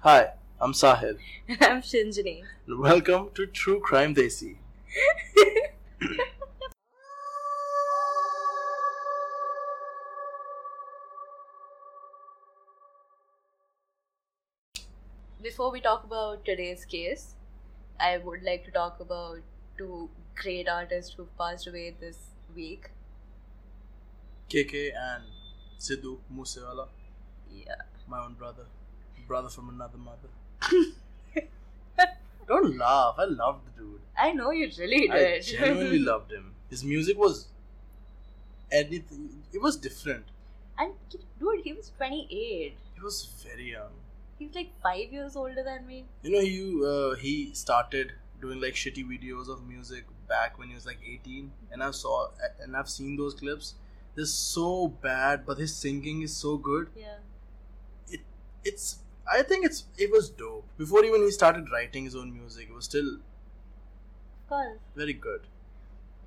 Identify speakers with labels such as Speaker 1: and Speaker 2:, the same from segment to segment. Speaker 1: Hi, I'm Sahil.
Speaker 2: I'm Shinjani.
Speaker 1: and Welcome to True Crime Desi.
Speaker 2: Before we talk about today's case, I would like to talk about two great artists who passed away this week.
Speaker 1: KK and Sidhu Musewala,
Speaker 2: Yeah.
Speaker 1: my own brother. Brother from another mother. Don't laugh, I loved the dude.
Speaker 2: I know you really
Speaker 1: I
Speaker 2: did.
Speaker 1: genuinely loved him. His music was anything, it was different.
Speaker 2: And dude, he was 28.
Speaker 1: He was very young.
Speaker 2: He's like five years older than me.
Speaker 1: You know, he, uh, he started doing like shitty videos of music back when he was like 18 and I saw and I've seen those clips. They're so bad, but his singing is so good.
Speaker 2: Yeah.
Speaker 1: it's I think it's it was dope. Before even he started writing his own music, it was still
Speaker 2: Of course.
Speaker 1: very good.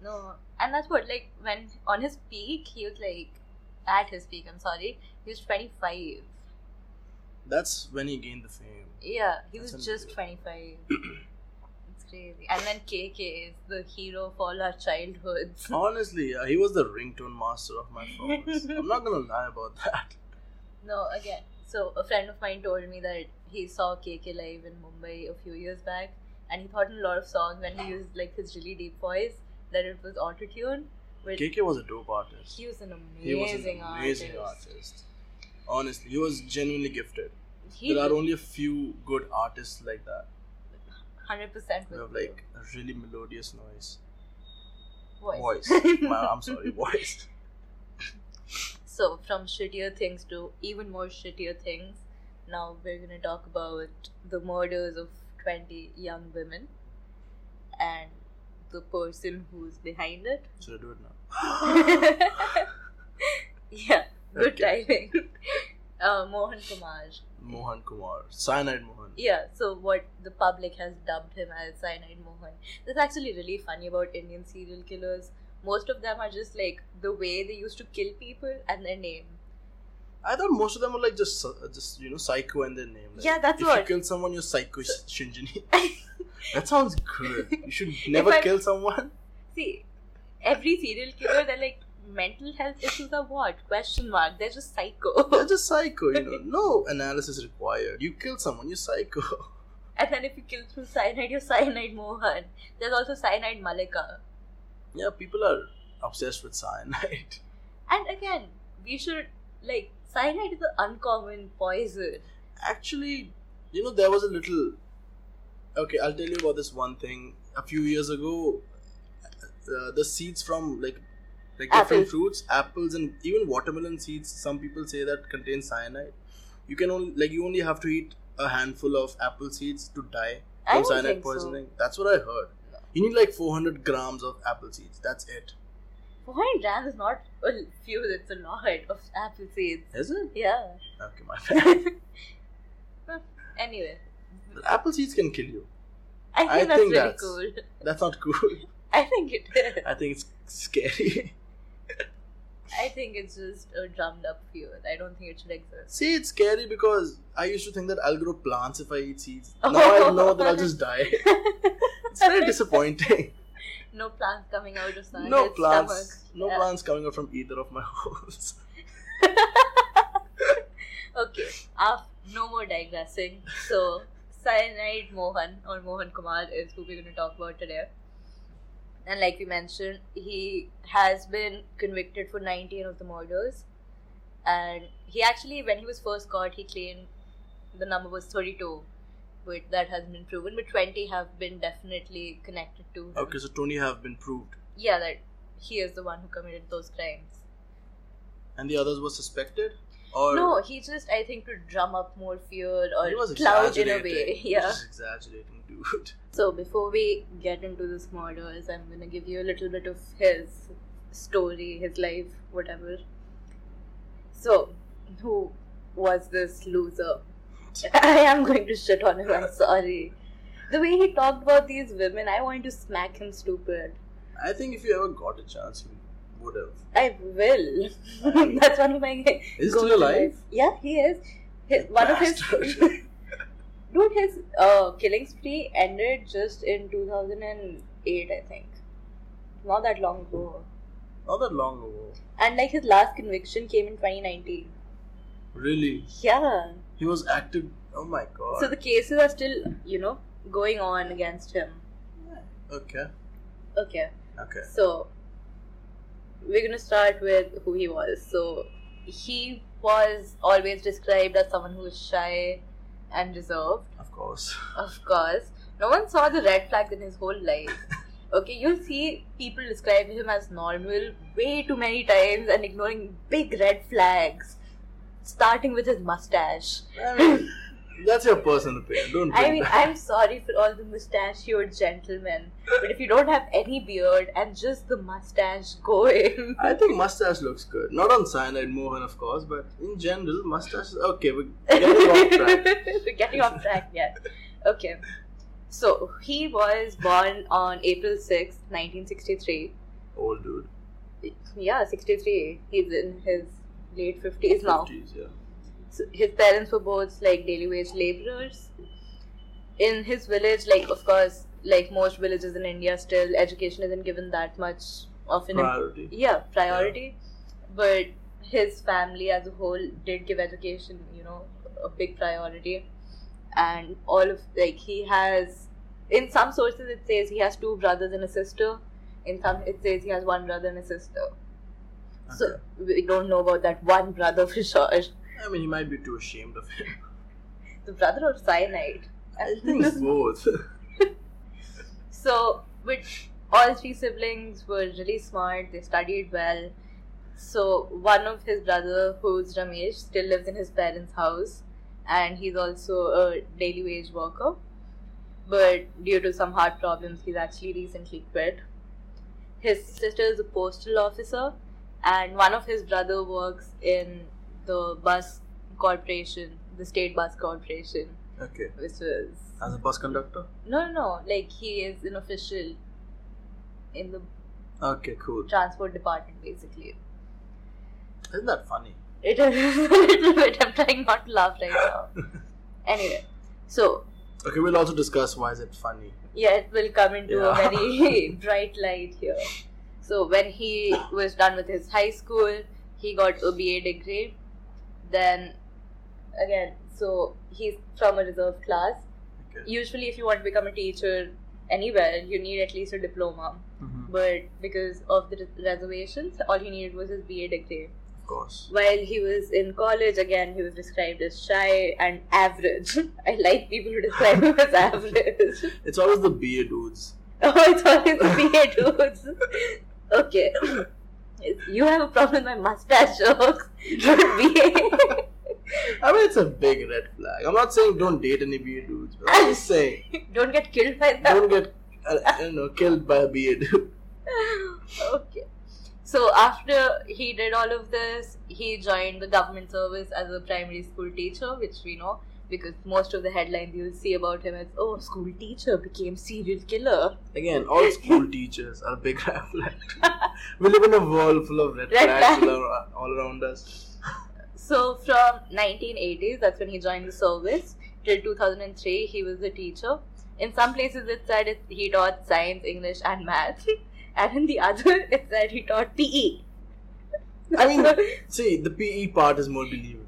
Speaker 2: No. And that's what, like, when on his peak, he was like, at his peak, I'm sorry, he was 25.
Speaker 1: That's when he gained the fame.
Speaker 2: Yeah, he was
Speaker 1: That's
Speaker 2: just 25. it's crazy. And then KK is the hero of all our childhoods.
Speaker 1: Honestly, yeah, he was the ringtone master of my phones. I'm not gonna lie about that.
Speaker 2: No, again. So, a friend of mine told me that he saw KK live in Mumbai a few years back, and he thought in a lot of songs when he used like his really deep voice that it was auto tune. But
Speaker 1: KK was a dope artist.
Speaker 2: he was an amazing,
Speaker 1: He was an amazing
Speaker 2: artist.
Speaker 1: artist. Honestly, he was genuinely gifted.
Speaker 2: He
Speaker 1: there are only a few good artists like that
Speaker 2: hundred percent
Speaker 1: who
Speaker 2: with
Speaker 1: have
Speaker 2: you.
Speaker 1: like a really melodious noise.
Speaker 2: voice.
Speaker 1: My- I'm sorry, voice.
Speaker 2: So, from shittier things to even more shittier things, now we're going to talk about the murders of 20 young women and the person who's behind it.
Speaker 1: Should I do it now?
Speaker 2: yeah, good
Speaker 1: Okay.
Speaker 2: timing. Uh, Mohan Kumar.
Speaker 1: Mohan Kumar, Cyanide Mohan.
Speaker 2: Yeah, so what the public has dubbed him as Cyanide Mohan. That's actually really funny about Indian serial killers. Most of them are just like the way they used to kill people and their name.
Speaker 1: I thought most of them were like just, uh, just you know, psycho and their name. Like,
Speaker 2: Yeah, that's
Speaker 1: if
Speaker 2: what-
Speaker 1: If you kill someone, you're psycho Sh- Shinjini. that sounds good. You should never
Speaker 2: I-
Speaker 1: kill someone.
Speaker 2: See, every serial killer, they're like mental health issues are what? Question mark. They're just
Speaker 1: They're
Speaker 2: psycho.
Speaker 1: just psycho, you know. No analysis required. You kill someone, you're psycho.
Speaker 2: And then if you kill through cyanide, you're cyanide Mohan. There's also cyanide Malika.
Speaker 1: Yeah, people are obsessed with cyanide.
Speaker 2: And again, we should like cyanide is an uncommon poison.
Speaker 1: Actually, you know, there was a little. Okay, I'll tell you about this one thing. A few years ago, uh, the seeds from like. Like different
Speaker 2: Apples.
Speaker 1: fruits, apples, and even watermelon seeds. Some people say that contain cyanide. You can only like you only have to eat a handful of apple seeds to die
Speaker 2: I
Speaker 1: from
Speaker 2: don't
Speaker 1: cyanide
Speaker 2: think
Speaker 1: poisoning. That's what I heard. You need like 400 grams of apple seeds. That's it.
Speaker 2: so. 400 grams is not a few. It's a lot of apple seeds.
Speaker 1: Is it?
Speaker 2: Yeah.
Speaker 1: Okay, my bad.
Speaker 2: Anyway,
Speaker 1: But apple seeds can kill you.
Speaker 2: I think
Speaker 1: I
Speaker 2: that's
Speaker 1: think
Speaker 2: really
Speaker 1: that's-
Speaker 2: cool.
Speaker 1: That's not cool.
Speaker 2: I think it is.
Speaker 1: I think it's scary.
Speaker 2: I think it's just a drummed up fear. I don't think it should exist.
Speaker 1: See, it's scary because I used to think that I'll grow plants if I eat seeds. Now I know that I'll just die. It's very disappointing.
Speaker 2: no plants coming out of science.
Speaker 1: no plants.
Speaker 2: Stomach.
Speaker 1: No
Speaker 2: Yeah.
Speaker 1: plants coming out from either of my holes.
Speaker 2: Okay. Af- no more digressing. So, Cyanide Mohan or Mohan Kumar is who we're going to talk about today. And like we mentioned, he has been convicted for 19 of the murders. And he actually, when he was first caught, he claimed the number was 32. But that has been proven. But 20 have been definitely connected to him.
Speaker 1: Okay, so 20 have been proved.
Speaker 2: Yeah, that he is the one who committed those crimes.
Speaker 1: And the others were suspected? Or
Speaker 2: No, he just I think to drum up more fear or
Speaker 1: He was
Speaker 2: cloud in a
Speaker 1: exaggerating.
Speaker 2: way.
Speaker 1: He was
Speaker 2: Yeah.
Speaker 1: just exaggerating, dude.
Speaker 2: So before we get into this murders, I'm gonna give you a little bit of his story, his life, whatever. So, who was this loser? I am going to shit on him. I'm sorry. The way he talked about these women, I wanted to smack him stupid.
Speaker 1: I think if you ever got a chance, you would have.
Speaker 2: I will. That's one of my
Speaker 1: Is he
Speaker 2: goals
Speaker 1: still
Speaker 2: in
Speaker 1: alive?
Speaker 2: life. Yeah, he is. His, one of his
Speaker 1: Bastard.
Speaker 2: uh, Killing Spree ended just in 2008, I think. Not that long ago.
Speaker 1: Not that long ago.
Speaker 2: And like his last conviction came in 2019.
Speaker 1: Really?
Speaker 2: Yeah.
Speaker 1: He was active. Oh my god.
Speaker 2: So the cases are still, you know, going on against him.
Speaker 1: okay.
Speaker 2: Okay.
Speaker 1: Okay.
Speaker 2: So we're gonna start with who he was. So he was always described as someone who was shy and reserved.
Speaker 1: Of course.
Speaker 2: Of course, no one saw the red flags in his whole life. Okay, you'll see people describe him as normal way too many times and ignoring big red flags, starting with his mustache.
Speaker 1: I mean, that's your personal opinion. Don't bring
Speaker 2: I mean,
Speaker 1: that.
Speaker 2: I'm sorry for all the mustachioed gentlemen, but if you don't have any beard and just the mustache going,
Speaker 1: I think mustache looks good. Not on cyanide Mohan, of course, but in general, mustache. Okay, we're getting off track.
Speaker 2: We're getting off track, yeah. Okay. So, he was born on April sixth, 1963.
Speaker 1: Old dude.
Speaker 2: Yeah, 63. He's in his late 50s now.
Speaker 1: 50s, yeah.
Speaker 2: So his parents were both like daily wage laborers. In his village, like, of course, like most villages in India, still education isn't given that much of an
Speaker 1: Priority.
Speaker 2: yeah priority but his family as a whole did give education you know a big priority and all of like he has in some sources it says he has two brothers and a sister in some it says he has one brother and a sister so
Speaker 1: Okay.
Speaker 2: we don't know about that one brother for sure
Speaker 1: I mean, he might be too ashamed of him.
Speaker 2: the brother of cyanide
Speaker 1: I think both.
Speaker 2: So, which all three siblings were really smart. They studied well. So, one of his brother, who's Ramesh, still lives in his parents' house, and he's also a daily wage worker. But due to some heart problems, he's actually recently quit. His sister is a postal officer, and one of his brother works in the bus corporation, the state bus corporation,
Speaker 1: Okay.
Speaker 2: which is
Speaker 1: As a bus conductor?
Speaker 2: no, no, no. Like he is an official in the
Speaker 1: Okay, cool.
Speaker 2: transport department, basically.
Speaker 1: Isn't that funny?
Speaker 2: It is a little bit. I'm trying not to laugh right now. Anyway, so
Speaker 1: Okay, we'll also discuss why is it funny.
Speaker 2: yeah, it will come into
Speaker 1: Yeah.
Speaker 2: a very bright light here. So when he was done with his high school, he got a BA degree. Then again, so he's from a reserve class.
Speaker 1: Okay.
Speaker 2: Usually, if you want to become a teacher anywhere, you need at least a diploma.
Speaker 1: Mhm.
Speaker 2: but because of the res- reservations, all he needed was his BA degree.
Speaker 1: Of course.
Speaker 2: While he was in college, again, he was described as shy and average. I like people who describe him as average.
Speaker 1: It's always the beer dudes.
Speaker 2: Oh, it's always the BA dudes. Okay. You have a problem with my mustache jokes. BA.
Speaker 1: I mean, it's a big red flag. I'm not saying don't date any beer dudes, but I'm just saying
Speaker 2: Don't get killed by that.
Speaker 1: don't get, uh, you know, killed by a beer dude.
Speaker 2: okay. So after he did all of this, he joined the government service as a primary school teacher, which we know because most of the headlines you'll see about him is oh school teacher became serial killer.
Speaker 1: Again, all school teachers are big red flags. we live in a world full of red,
Speaker 2: Red
Speaker 1: flags,
Speaker 2: flags.
Speaker 1: All, ar- all around us.
Speaker 2: So from 1980s, that's when he joined the service till 2003, he was a teacher. In some places, it said it, he taught science, English, and math, and in the other, it said he taught E. PE.
Speaker 1: I mean, see, the PE part is more believable.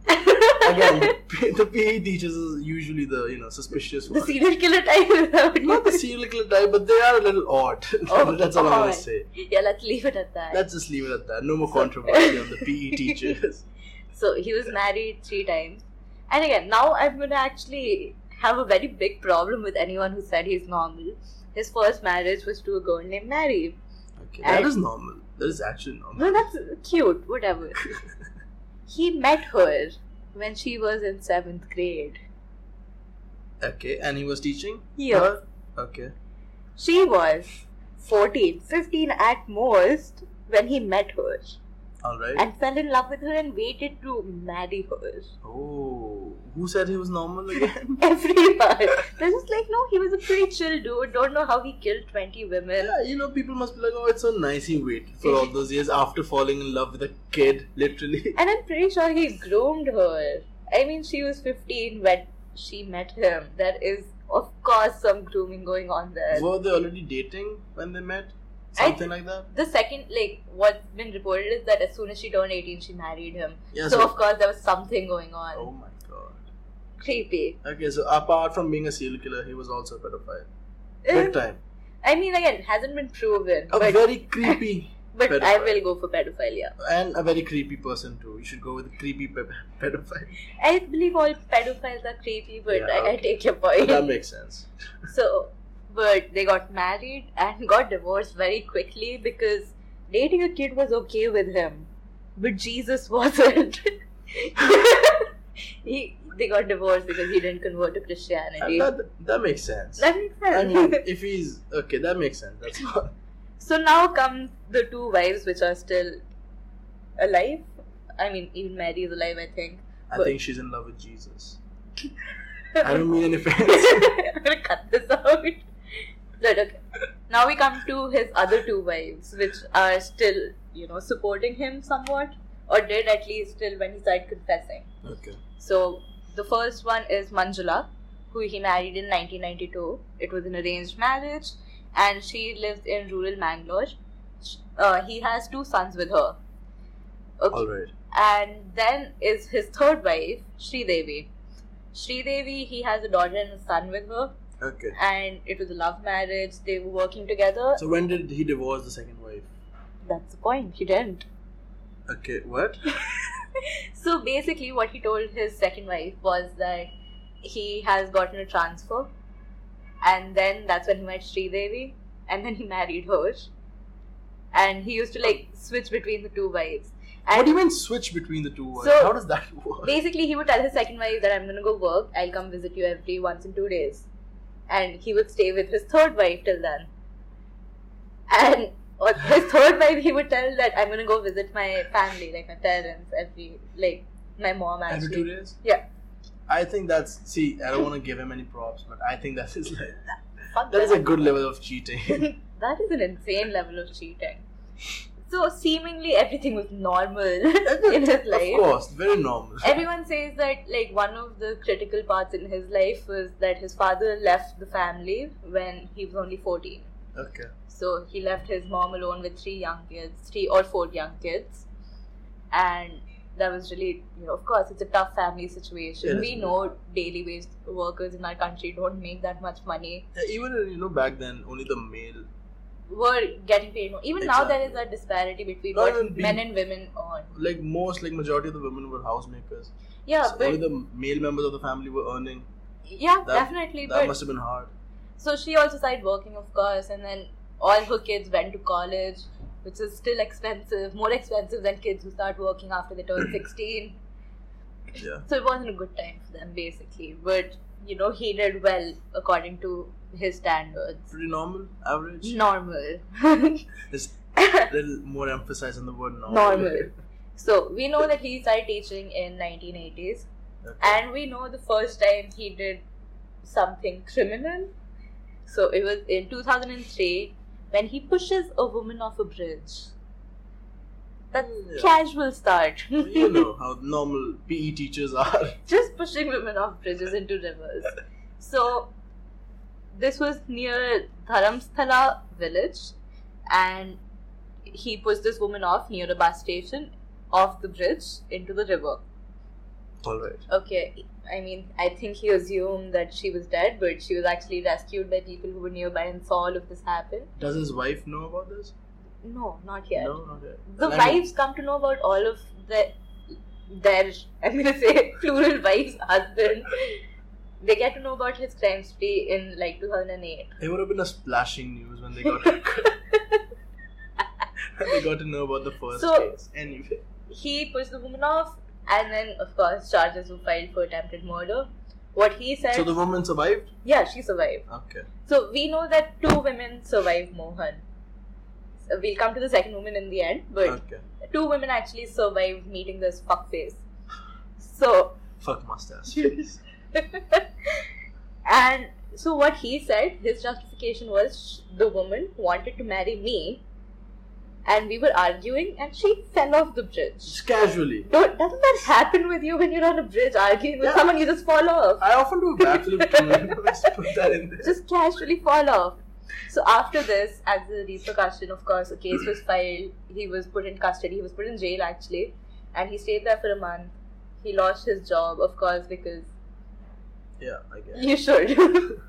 Speaker 1: Again, P- the PE teachers is usually the you know suspicious
Speaker 2: the
Speaker 1: one.
Speaker 2: serial killer type. is out.
Speaker 1: Not the serial killer type, but they are a little odd.
Speaker 2: Oh,
Speaker 1: That's all I'm gonna
Speaker 2: odd.
Speaker 1: say.
Speaker 2: Yeah, let's leave it at that.
Speaker 1: Let's just leave it at that. No more controversy on the E PE teachers.
Speaker 2: so he was married three times. And again, now I'm gonna actually have a very big problem with anyone who said he's normal. His first marriage was to a girl named Mary.
Speaker 1: Okay, that
Speaker 2: And-
Speaker 1: is normal. That is actually normal.
Speaker 2: No, that's cute, whatever. he met her when she was in seventh grade.
Speaker 1: Okay, and he was teaching.
Speaker 2: Yeah.
Speaker 1: her? Okay.
Speaker 2: She was 14, 15 at most when he met her
Speaker 1: All right.
Speaker 2: and fell in love with her and waited to marry her.
Speaker 1: oh, who said he was normal again?
Speaker 2: Everyone. They're just like, no, he was a pretty chill dude. Don't know how he killed 20 women.
Speaker 1: Yeah, you know, people must be like, oh, it's so nice he waited for all those years after falling in love with a kid, literally.
Speaker 2: And I'm pretty sure he groomed her. I mean, she was 15 when she met him, there is of course some grooming going on there.
Speaker 1: Were they already dating when they met?
Speaker 2: I
Speaker 1: Something like that?
Speaker 2: The second, like, what's been reported is that as soon as she turned 18, she married him.
Speaker 1: Yeah,
Speaker 2: so,
Speaker 1: so-
Speaker 2: of course, there was something going on.
Speaker 1: Oh my god.
Speaker 2: Creepy.
Speaker 1: Okay, so apart from being a serial killer, he was also a pedophile.
Speaker 2: Eh.
Speaker 1: Big time.
Speaker 2: I mean, again, hasn't been proven.
Speaker 1: A
Speaker 2: but
Speaker 1: very creepy
Speaker 2: but I
Speaker 1: pedophile.
Speaker 2: will go for pedophilia.
Speaker 1: and a very creepy person too. You should go with creepy pe- pedophile.
Speaker 2: I believe all pedophiles are creepy, but
Speaker 1: Yeah,
Speaker 2: I, I
Speaker 1: okay.
Speaker 2: take your point.
Speaker 1: that makes sense.
Speaker 2: So, but they got married and got divorced very quickly because dating a kid was okay with him, but Jesus wasn't. he they got divorced because he didn't convert to Christianity.
Speaker 1: And that that makes sense.
Speaker 2: that makes sense.
Speaker 1: I mean, if he's okay, that makes sense. That's all.
Speaker 2: so now come the two wives, which are still alive. I mean, even Mary is alive, I think.
Speaker 1: I
Speaker 2: But-
Speaker 1: think she's in love with Jesus. I don't mean any offense.
Speaker 2: I'm gonna cut this out. But okay. Now we come to his other two wives, which are still, you know, supporting him somewhat, or did at least till when he started confessing.
Speaker 1: Okay.
Speaker 2: So the first one is Manjula, who he married in 1992. It was an arranged marriage, and she lives in rural Mangalore. Sh- Uh, he has two sons with her. Okay
Speaker 1: All right.
Speaker 2: and then is his third wife Sridevi. Sridevi, he has a daughter and a son with her,
Speaker 1: Okay.
Speaker 2: and it was a love marriage. They were working together.
Speaker 1: So when did he divorce the second wife?
Speaker 2: That's the point. He didn't.
Speaker 1: Okay. What?
Speaker 2: So basically, what he told his second wife was that he has gotten a transfer, and then that's when he met Sridevi, and then he married her. And he used to like switch between the two wives. And
Speaker 1: What do you mean switch between the two wives?
Speaker 2: So-
Speaker 1: How does that work?
Speaker 2: Basically, he would tell his second wife that I'm gonna go work. I'll come visit you every once in two days, and he would stay with his third wife till then. And or his third wife, he would tell that I'm gonna go visit my family, like my parents, every like my mom
Speaker 1: Every
Speaker 2: actually.
Speaker 1: two days?
Speaker 2: Yeah.
Speaker 1: I think that's see. I don't want to give him any props, but I think that is like
Speaker 2: Fuck
Speaker 1: that is a
Speaker 2: that.
Speaker 1: good level of cheating.
Speaker 2: that is an insane level of cheating. So seemingly everything was normal in his life.
Speaker 1: Of course, very normal.
Speaker 2: Everyone says that like one of the critical parts in his life was that his father left the family when he was only 14.
Speaker 1: Okay.
Speaker 2: So he left his mom alone with three young kids, three or four young kids. And that was really, you know, of course, it's a tough family situation.
Speaker 1: Yes.
Speaker 2: we know daily wage workers in our country don't make that much money.
Speaker 1: Yeah, Even you know back then, only the male.
Speaker 2: We're getting paid more. Even now, there is
Speaker 1: Exactly.
Speaker 2: a disparity between
Speaker 1: No,
Speaker 2: what
Speaker 1: no, be-
Speaker 2: men and women earn.
Speaker 1: Like most, like majority of the women were housemakers.
Speaker 2: Yeah,
Speaker 1: So only
Speaker 2: but
Speaker 1: the male members of the family were earning.
Speaker 2: yeah,
Speaker 1: that-
Speaker 2: definitely.
Speaker 1: That
Speaker 2: but
Speaker 1: must have been hard.
Speaker 2: So she also started working, of course, and then all her kids went to college, which is still expensive, more expensive than kids who start working after they turn 16.
Speaker 1: Yeah.
Speaker 2: So it wasn't a good time for them, basically. But, you know, he did well according to his standards.
Speaker 1: Pretty normal, average.
Speaker 2: Normal.
Speaker 1: There's a little more emphasis on the word normal.
Speaker 2: Normal. so we know that he started teaching in 1980s,
Speaker 1: Okay.
Speaker 2: and we know the first time he did something criminal. So it was in 2003 when he pushes a woman off a bridge. That's
Speaker 1: Oh, Yeah.
Speaker 2: casual start.
Speaker 1: you know how normal PE teachers are.
Speaker 2: Just pushing women off bridges into rivers. So this was near Dharamsthala village and he pushed this woman off near a bus station off the bridge into the river.
Speaker 1: All right.
Speaker 2: Okay, I mean, I think he assumed that she was dead, but she was actually rescued by people who were nearby and saw all of this happen.
Speaker 1: Does his wife know about this?
Speaker 2: No, not yet.
Speaker 1: No, not yet.
Speaker 2: The
Speaker 1: And I mean-
Speaker 2: wives come to know about all of the their I'm gonna say plural wives, husband. They get to know about his crime spree in like 2008.
Speaker 1: It would have been a splashing news when they got when they got to know about the first
Speaker 2: So-
Speaker 1: case. Anyway,
Speaker 2: He pushed the woman off, and then of course charges were filed for attempted murder. What he said,
Speaker 1: so the woman survived.
Speaker 2: yeah, she survived.
Speaker 1: Okay,
Speaker 2: So we know that two women survive Mohan. So we'll come to the second woman in the end, but
Speaker 1: okay.
Speaker 2: two women actually survived meeting this fuckface. So,
Speaker 1: Fuck mustache. face.
Speaker 2: and so what he said, his justification was "Sh- the woman wanted to marry me, and we were arguing, and she fell off the bridge.
Speaker 1: Just casually.
Speaker 2: Don't, doesn't that happen with you when you're on a bridge arguing with
Speaker 1: Yeah.
Speaker 2: someone? You just fall off.
Speaker 1: I often do a backflip too. Let's put that in there.
Speaker 2: just casually fall off. So after this, as a repercussion, of course, a case was filed. He was put in custody. He was put in jail actually, and he stayed there for a month. He lost his job, of course, because
Speaker 1: Yeah, I guess.
Speaker 2: you should.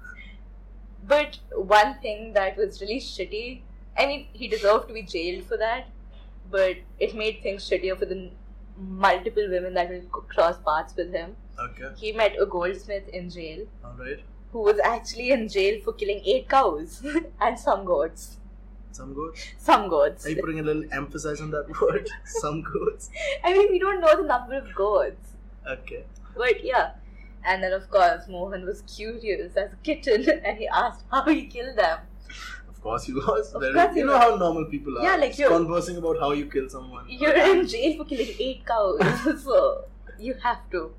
Speaker 2: but one thing that was really shitty. I mean, he deserved to be jailed for that, but it made things shittier for the n- multiple women that will c- cross paths with him.
Speaker 1: Okay,
Speaker 2: He met a goldsmith in jail
Speaker 1: alright.
Speaker 2: who was actually in jail for killing eight cows and some goats.
Speaker 1: Some goats.
Speaker 2: Some goats.
Speaker 1: Are you putting a little emphasis on that word? Some goats.
Speaker 2: I mean, we don't know the number of goats.
Speaker 1: Okay.
Speaker 2: But yeah. And then, of course, Mohan was curious as a kitten and he asked how he killed them.
Speaker 1: Of course he was.
Speaker 2: Of
Speaker 1: Very-
Speaker 2: course he
Speaker 1: you know
Speaker 2: was.
Speaker 1: how normal people are.
Speaker 2: Yeah, like
Speaker 1: Just
Speaker 2: you're-
Speaker 1: conversing about how you kill someone.
Speaker 2: You're in jail for killing eight cows, so you have to.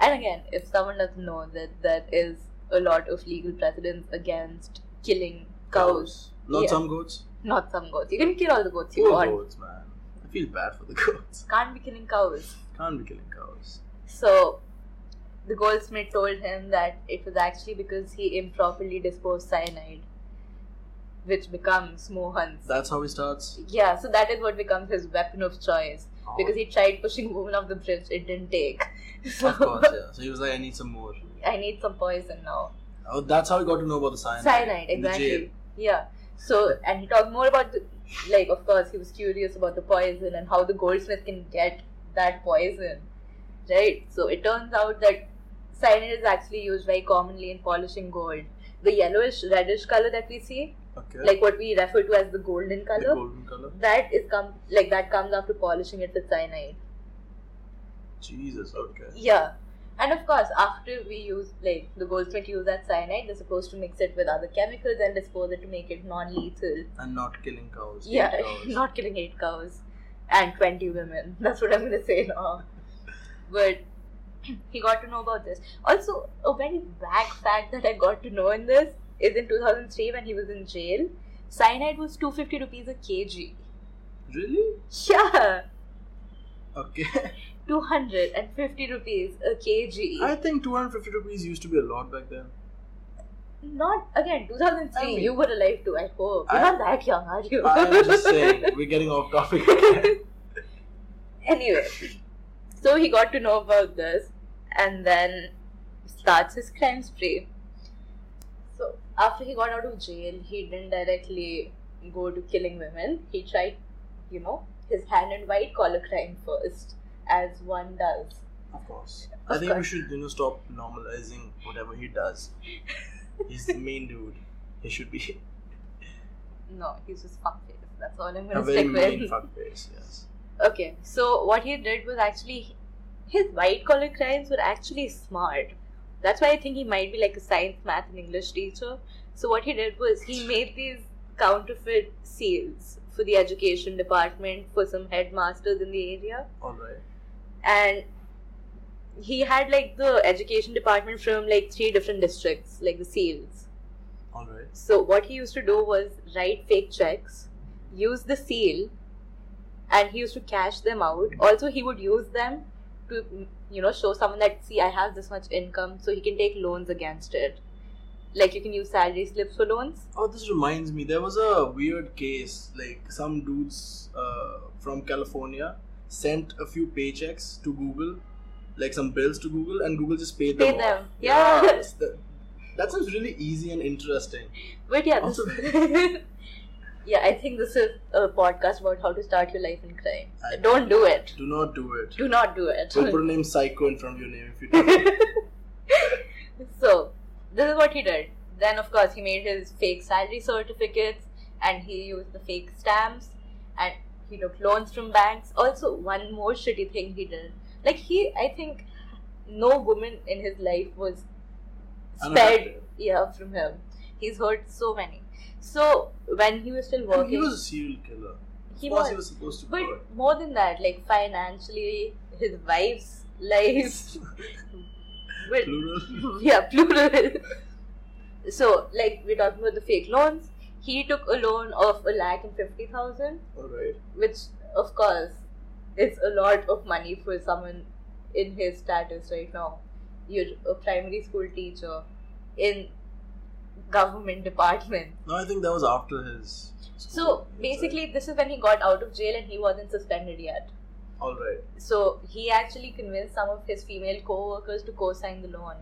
Speaker 2: And again, if someone doesn't know that that is a lot of legal precedence against killing cows,
Speaker 1: Not
Speaker 2: Yeah.
Speaker 1: some goats.
Speaker 2: not some goats. You can kill all the goats you
Speaker 1: Poor
Speaker 2: want.
Speaker 1: goats, man. I feel bad for the goats.
Speaker 2: Can't be killing cows.
Speaker 1: Can't be killing cows.
Speaker 2: So the goldsmith told him that it was actually because he improperly disposed cyanide, which becomes Mohan's.
Speaker 1: That's how he starts.
Speaker 2: Yeah, so that is what becomes his weapon of choice. Because he tried pushing women off the bridge, it didn't take. So
Speaker 1: Of course, yeah. So he was like, I need some more.
Speaker 2: I need some poison now.
Speaker 1: Oh, that's how he got to know about the cyanide.
Speaker 2: Cyanide,
Speaker 1: in the jail.
Speaker 2: exactly. Yeah. So, and he talked more about the, like, of course, he was curious about the poison and how the goldsmith can get that poison, right? So it turns out that cyanide is actually used very commonly in polishing gold. The yellowish reddish color that we see,
Speaker 1: Okay.
Speaker 2: like what we refer to as the golden
Speaker 1: the
Speaker 2: color,
Speaker 1: golden color.
Speaker 2: that is come like that comes after polishing it with cyanide.
Speaker 1: Jesus. Okay.
Speaker 2: Yeah. And of course, after we use, like, the goldsmith use that cyanide, they're supposed to mix it with other chemicals and dispose it to make it non lethal.
Speaker 1: And not killing cows.
Speaker 2: Yeah,
Speaker 1: Killing cows.
Speaker 2: not killing eight cows and 20 women. That's what I'm going to say now. But he got to know about this. Also, a very vague fact that I got to know in this is in 2003 when he was in jail, cyanide was 250 rupees a kg.
Speaker 1: Really?
Speaker 2: Yeah,
Speaker 1: Okay.
Speaker 2: 250 rupees a kg.
Speaker 1: I think 250 rupees used to be a lot back then.
Speaker 2: Not again, 2003.
Speaker 1: I mean-
Speaker 2: you were alive too, I hope. You're
Speaker 1: I-
Speaker 2: not that young, are you?
Speaker 1: I'm just saying, we're getting off topic. again.
Speaker 2: anyway, so he got to know about this and then starts his crime spree. So, after he got out of jail, he didn't directly go to killing women. He tried, you know, his hand in white collar crime first, as one does.
Speaker 1: Of course.
Speaker 2: Of
Speaker 1: I think
Speaker 2: course.
Speaker 1: we should, you know, stop normalizing whatever he does. He's the main dude. He should be
Speaker 2: No, he's just fuckface. That's all I'm
Speaker 1: a
Speaker 2: gonna
Speaker 1: very
Speaker 2: stick
Speaker 1: main
Speaker 2: with.
Speaker 1: fuckface. Yes.
Speaker 2: Okay, so what he did was actually his white collar crimes were actually smart. That's why I think he might be like a science, math, and English teacher. So what he did was he made these counterfeit seals for the education department for some headmasters in the area,
Speaker 1: All right.
Speaker 2: and he had like the education department from like three different districts, like the seals.
Speaker 1: All right.
Speaker 2: So what he used to do was write fake checks, use the seal, and he used to cash them out. Also, he would use them to you know show someone that see I have this much income, so he can take loans against it. Like you can use salary slips for loans.
Speaker 1: Oh, this reminds me. There was a weird case. Like some dudes uh, from California sent a few paychecks to Google, like some bills to Google, and Google just paid
Speaker 2: Pay
Speaker 1: them. off.
Speaker 2: them. Yeah.
Speaker 1: it's the- that sounds really easy and interesting.
Speaker 2: But yeah, this, yeah, I think this is a podcast about how to start your life in crime.
Speaker 1: I-
Speaker 2: Don't do it.
Speaker 1: Do not do it.
Speaker 2: Do not do it.
Speaker 1: We'll put a name psycho in front of your name if you do.
Speaker 2: so this is what he did. Then of course he made his fake salary certificates and he used the fake stamps and he took loans from banks. Also one more shitty thing he did. Like he I think no woman in his life was spared
Speaker 1: Unaffected.
Speaker 2: yeah from him. He's hurt so many. So when he was still working
Speaker 1: He was a serial killer.
Speaker 2: he
Speaker 1: of course, he
Speaker 2: was-
Speaker 1: was supposed to. do it.
Speaker 2: but more than that, like financially, his wife's life with
Speaker 1: plural.
Speaker 2: yeah, plural. so, like, we're talking about the fake loans. he took a loan of a lakh and fifty thousand,
Speaker 1: All right.
Speaker 2: which of course is a lot of money for someone in his status right now. You're a primary school teacher in government department.
Speaker 1: No, I think that was after his.
Speaker 2: So basically, this is when he got out of jail and he wasn't suspended yet.
Speaker 1: All right.
Speaker 2: So he actually convinced some of his female co-workers to co-sign the loan.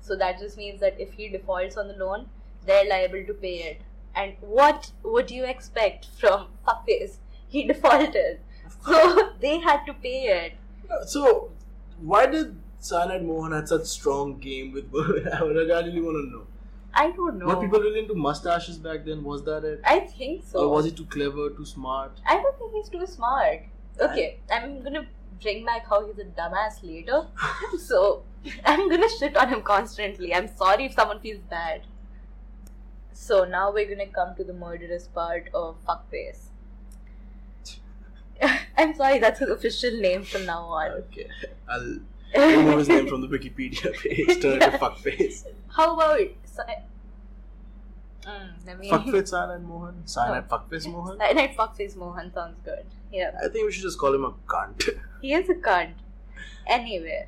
Speaker 2: So that just means that if he defaults on the loan, they're liable to pay it. And what would you expect from fuckface? He defaulted, so they had to pay it.
Speaker 1: So, why did Cyanide Mohan had such strong game with women? I would- I really want to know.
Speaker 2: I don't know.
Speaker 1: Were people really into mustaches back then? Was that it?
Speaker 2: I think so.
Speaker 1: Or was he too clever, too smart?
Speaker 2: I don't think he's too smart. Okay, I'm gonna bring back how he's a dumbass later. so I'm gonna shit on him constantly. I'm sorry if someone feels bad. So now we're gonna come to the murderous part of fuckface. I'm sorry, that's his official name from now on.
Speaker 1: Okay. I'll remove his name from the Wikipedia page. Turn it to fuckface.
Speaker 2: How about Sai- Mm, let me
Speaker 1: Fuckface Cyanide Mohan? Cyanide Fuckface Mohan?
Speaker 2: I like fuckface Mohan sounds good. Yeah.
Speaker 1: I think we should just call him a cunt.
Speaker 2: He is a cunt. Anyway.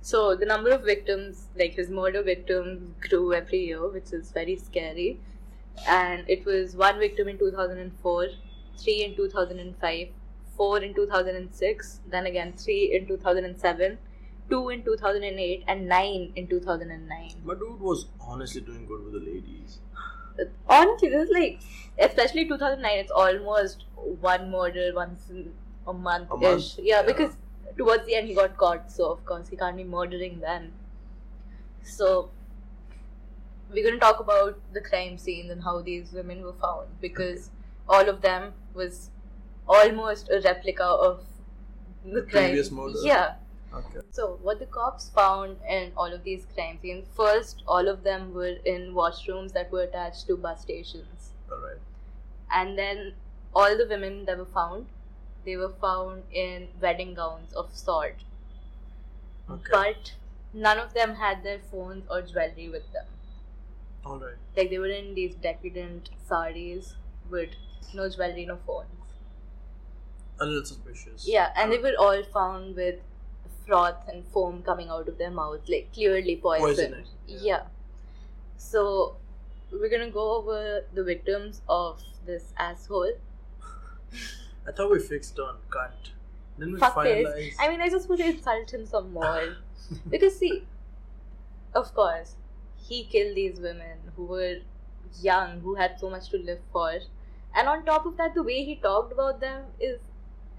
Speaker 2: So the number of victims, like his murder victims, grew every year, which is very scary. And it was one victim in 2004, three in 2005, four in 2006, then again three in 2007, two in 2008, and nine in 2009.
Speaker 1: My dude was honestly doing good with the ladies.
Speaker 2: Honestly, this is like, especially 2009, it's almost one murder once in a month
Speaker 1: A
Speaker 2: ish.
Speaker 1: month,
Speaker 2: Yeah,
Speaker 1: yeah.
Speaker 2: because towards the end he got caught, so of course he can't be murdering then. So, we're going to talk about the crime scenes and how these women were found because all of them was almost a replica of the,
Speaker 1: The
Speaker 2: crime.
Speaker 1: previous murder?
Speaker 2: Yeah.
Speaker 1: Okay.
Speaker 2: So, what the cops found in all of these crime scenes first, all of them were in washrooms that were attached to bus stations.
Speaker 1: Alright.
Speaker 2: And then, all the women that were found, they were found in wedding gowns of sort.
Speaker 1: Okay.
Speaker 2: But none of them had their phones or jewelry with them.
Speaker 1: Alright.
Speaker 2: Like, they were in these decadent saris with no jewelry, no phones.
Speaker 1: A little suspicious.
Speaker 2: Yeah, and they were all found with froth and foam coming out of their mouth, like clearly poisoned.
Speaker 1: Poisoning.
Speaker 2: Yeah. So we're gonna go over the victims of this asshole.
Speaker 1: I thought we fixed on cunt. Then we
Speaker 2: Fuck
Speaker 1: finalized.
Speaker 2: this. I mean I just want to insult him some more. because see of course, he killed these women who were young, who had so much to live for. And on top of that, the way he talked about them is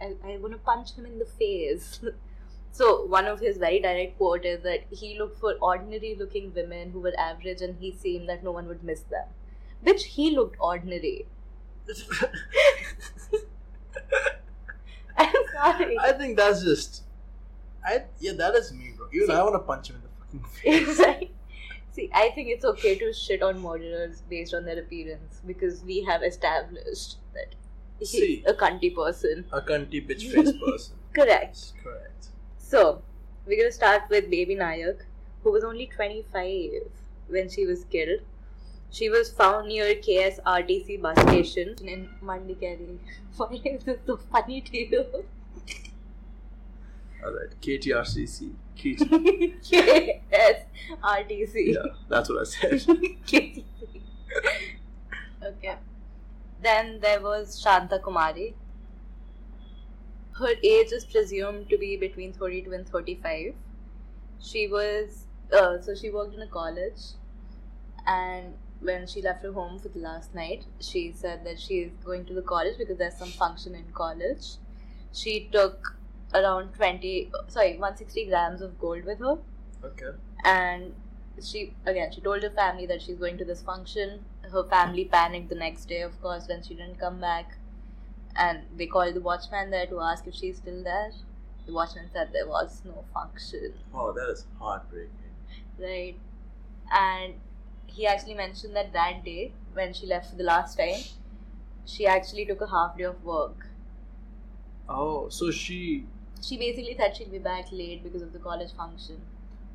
Speaker 2: I, I want to punch him in the face. so one of his very direct quote is that he looked for ordinary looking women who were average and he seemed that no one would miss them. Which he looked ordinary. I'm sorry.
Speaker 1: I think that's just. I yeah, that is me, bro. Even
Speaker 2: See-
Speaker 1: I want to punch him in the fucking face.
Speaker 2: See, I think it's okay to shit on murderers based on their appearance because we have established that he's
Speaker 1: See.
Speaker 2: a cunty person.
Speaker 1: A cunty bitch face person.
Speaker 2: Correct.
Speaker 1: That's correct.
Speaker 2: So, we're gonna start with Baby Nayak, who was only 25 when she was killed. She was found near KSRTC bus station in Mandikeri. Why is this so funny to you?
Speaker 1: All right, KTRCC. KT.
Speaker 2: KSRTC.
Speaker 1: yeah, that's what I said.
Speaker 2: okay. Then there was Shanta Kumari. Her age is presumed to be between 32 and 35. She was, uh, so she worked in a college, and when she left her home for the last night, she said that she is going to the college because there's some function in college. She took around 20, sorry, 160 grams of gold with her
Speaker 1: Okay.
Speaker 2: and she again she told her family that she's going to this function her family panicked the next day of course when she didn't come back and they called the watchman there to ask if she's still there the watchman said there was no function
Speaker 1: Oh, that is heartbreaking.
Speaker 2: right and he actually mentioned that that day when she left for the last time she actually took a half day of work
Speaker 1: Oh, so she.
Speaker 2: she basically said she'd be back late because of the college function